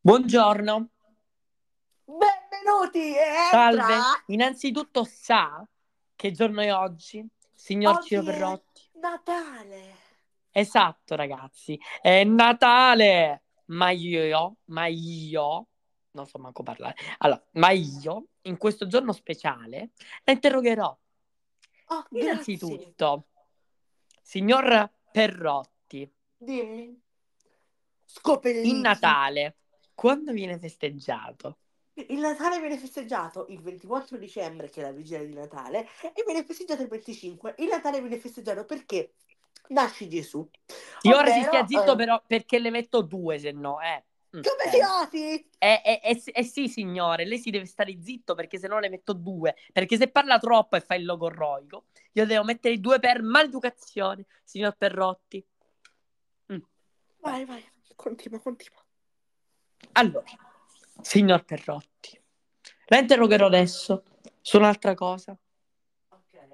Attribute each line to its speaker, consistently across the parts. Speaker 1: Buongiorno,
Speaker 2: Benvenuti! Entra.
Speaker 1: salve. Innanzitutto sa che giorno è oggi, signor
Speaker 2: Oggi
Speaker 1: Ciro
Speaker 2: è-
Speaker 1: Perrotti?
Speaker 2: Natale!
Speaker 1: Esatto, ragazzi. È Natale! Ma io, ma io, non so manco parlare. Allora, ma io, in questo giorno speciale, la interrogherò.
Speaker 2: Oh, grazie.
Speaker 1: Innanzitutto, signor Perrotti,
Speaker 2: Dimmi. Scopelliti.
Speaker 1: il Natale, quando viene festeggiato?
Speaker 2: Il Natale viene festeggiato il 24 dicembre, che è la vigilia di Natale, e viene festeggiato il 25. Il Natale viene festeggiato perché nasce Gesù.
Speaker 1: Sì, ora si
Speaker 2: Ovvero,
Speaker 1: stia zitto,
Speaker 2: eh,
Speaker 1: però, perché le metto due, se no, eh. Mm,
Speaker 2: Come
Speaker 1: eh.
Speaker 2: idioti!
Speaker 1: Eh, eh, eh, sì- eh sì, signore, lei si deve stare zitto perché se no le metto due. Perché se parla troppo e fa il logorroico, io devo mettere i due per maleducazione, signor Perrotti.
Speaker 2: Vai, vai, continua, continua.
Speaker 1: Allora, signor Perrotti, la interrogherò adesso su un'altra cosa.
Speaker 2: Ok.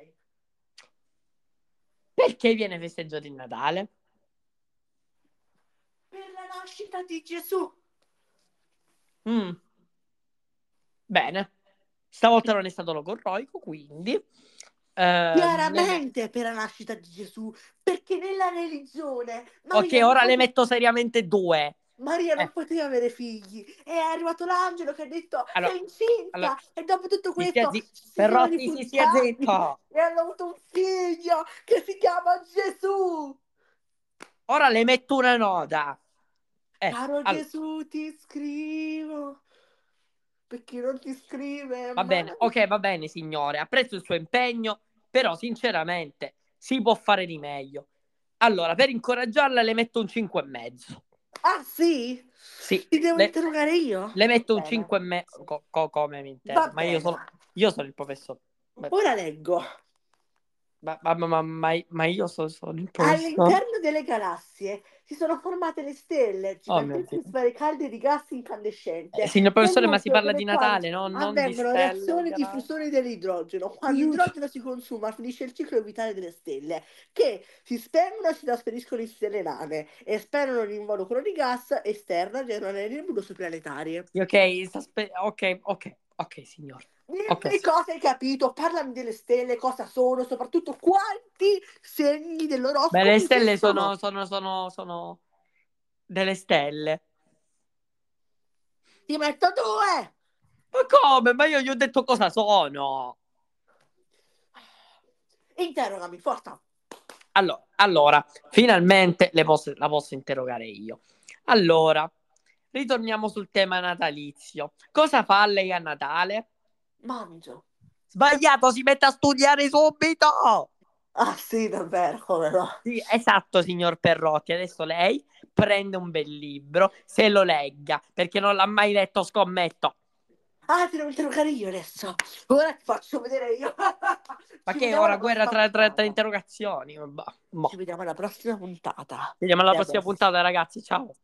Speaker 1: Perché viene festeggiato il Natale?
Speaker 2: Per la nascita di Gesù.
Speaker 1: Mm. Bene, stavolta non è stato logorroico, quindi... ehm,
Speaker 2: Chiaramente per la nascita di Gesù, perché nella religione...
Speaker 1: Ok,
Speaker 2: Maria-
Speaker 1: ora le metto seriamente due.
Speaker 2: Maria non
Speaker 1: Eh.
Speaker 2: poteva avere figli e è arrivato l'angelo che ha detto
Speaker 1: Allora,
Speaker 2: sei incinta
Speaker 1: allora,
Speaker 2: e dopo tutto
Speaker 1: Si
Speaker 2: questo
Speaker 1: stia zi-
Speaker 2: si sono
Speaker 1: Perrotti, si stia
Speaker 2: ripuntati
Speaker 1: zitto!
Speaker 2: e hanno avuto un figlio che si chiama Gesù
Speaker 1: Ora le metto una nota. Eh,
Speaker 2: caro
Speaker 1: allora,
Speaker 2: Gesù ti scrivo perché non ti scrive
Speaker 1: va
Speaker 2: ma-
Speaker 1: bene, ok, va bene, signore. Apprezzo il suo impegno, però sinceramente si può fare di meglio. Allora, per incoraggiarla le metto un 5 e mezzo.
Speaker 2: ah sì?
Speaker 1: Sì,
Speaker 2: ti devo
Speaker 1: le,
Speaker 2: interrogare io?
Speaker 1: le metto un
Speaker 2: Bene.
Speaker 1: 5 e mezzo. come mi
Speaker 2: va
Speaker 1: intendo? Ma
Speaker 2: bene
Speaker 1: io sono, io sono il professore.
Speaker 2: ora leggo
Speaker 1: Ma, ma- ma- ma- ma- ma io so- sono il professore.
Speaker 2: All'interno delle galassie si sono formate le stelle,
Speaker 1: Oh, mio
Speaker 2: giganteschi
Speaker 1: Dio.
Speaker 2: sbarricate di gas incandescente.
Speaker 1: Eh, signor professore, ma si
Speaker 2: Nel
Speaker 1: parla
Speaker 2: mondo
Speaker 1: di
Speaker 2: delle quali
Speaker 1: Natale, no? Non di
Speaker 2: Avvengono
Speaker 1: stelle.
Speaker 2: reazioni di
Speaker 1: galassie.
Speaker 2: fusione dell'idrogeno. Quando
Speaker 1: Aiuto.
Speaker 2: l'idrogeno si consuma, finisce il ciclo vitale delle stelle, che si spengono e si trasferiscono in stelle nane, esperono l'involucro di gas esterna generano le nebulose planetarie.
Speaker 1: Ok, sospe- ok, ok, ok, signore.
Speaker 2: Dimmi
Speaker 1: Ok.
Speaker 2: cosa hai capito, parlami delle stelle, cosa sono, soprattutto quanti segni dell'oroscopo
Speaker 1: Beh, le
Speaker 2: ci
Speaker 1: stelle
Speaker 2: sono.
Speaker 1: sono, sono, sono, sono delle stelle.
Speaker 2: Ti metto due!
Speaker 1: Ma come? Ma io gli ho detto cosa sono.
Speaker 2: Interrogami, forza.
Speaker 1: Allora, allora, finalmente le posso- la posso interrogare io. Allora, ritorniamo sul tema natalizio. Cosa fa lei a Natale?
Speaker 2: Mangio.
Speaker 1: Sbagliato, si mette a studiare subito!
Speaker 2: Ah sì, davvero, come no?
Speaker 1: Sì, esatto, signor Perrotti. Adesso lei prende un bel libro, se lo legga, perché non l'ha mai letto, scommetto.
Speaker 2: Ah, ti devo interrogare io adesso. Ora ti faccio vedere io.
Speaker 1: Ma
Speaker 2: Ci
Speaker 1: che è
Speaker 2: vediamo
Speaker 1: ora
Speaker 2: alla
Speaker 1: guerra tra,
Speaker 2: prossima
Speaker 1: tra- tra
Speaker 2: puntata.
Speaker 1: interrogazioni? Boh. Boh.
Speaker 2: Ci vediamo alla prossima puntata.
Speaker 1: Ci vediamo alla
Speaker 2: Ciao,
Speaker 1: prossima
Speaker 2: Bess.
Speaker 1: puntata, ragazzi. Ciao.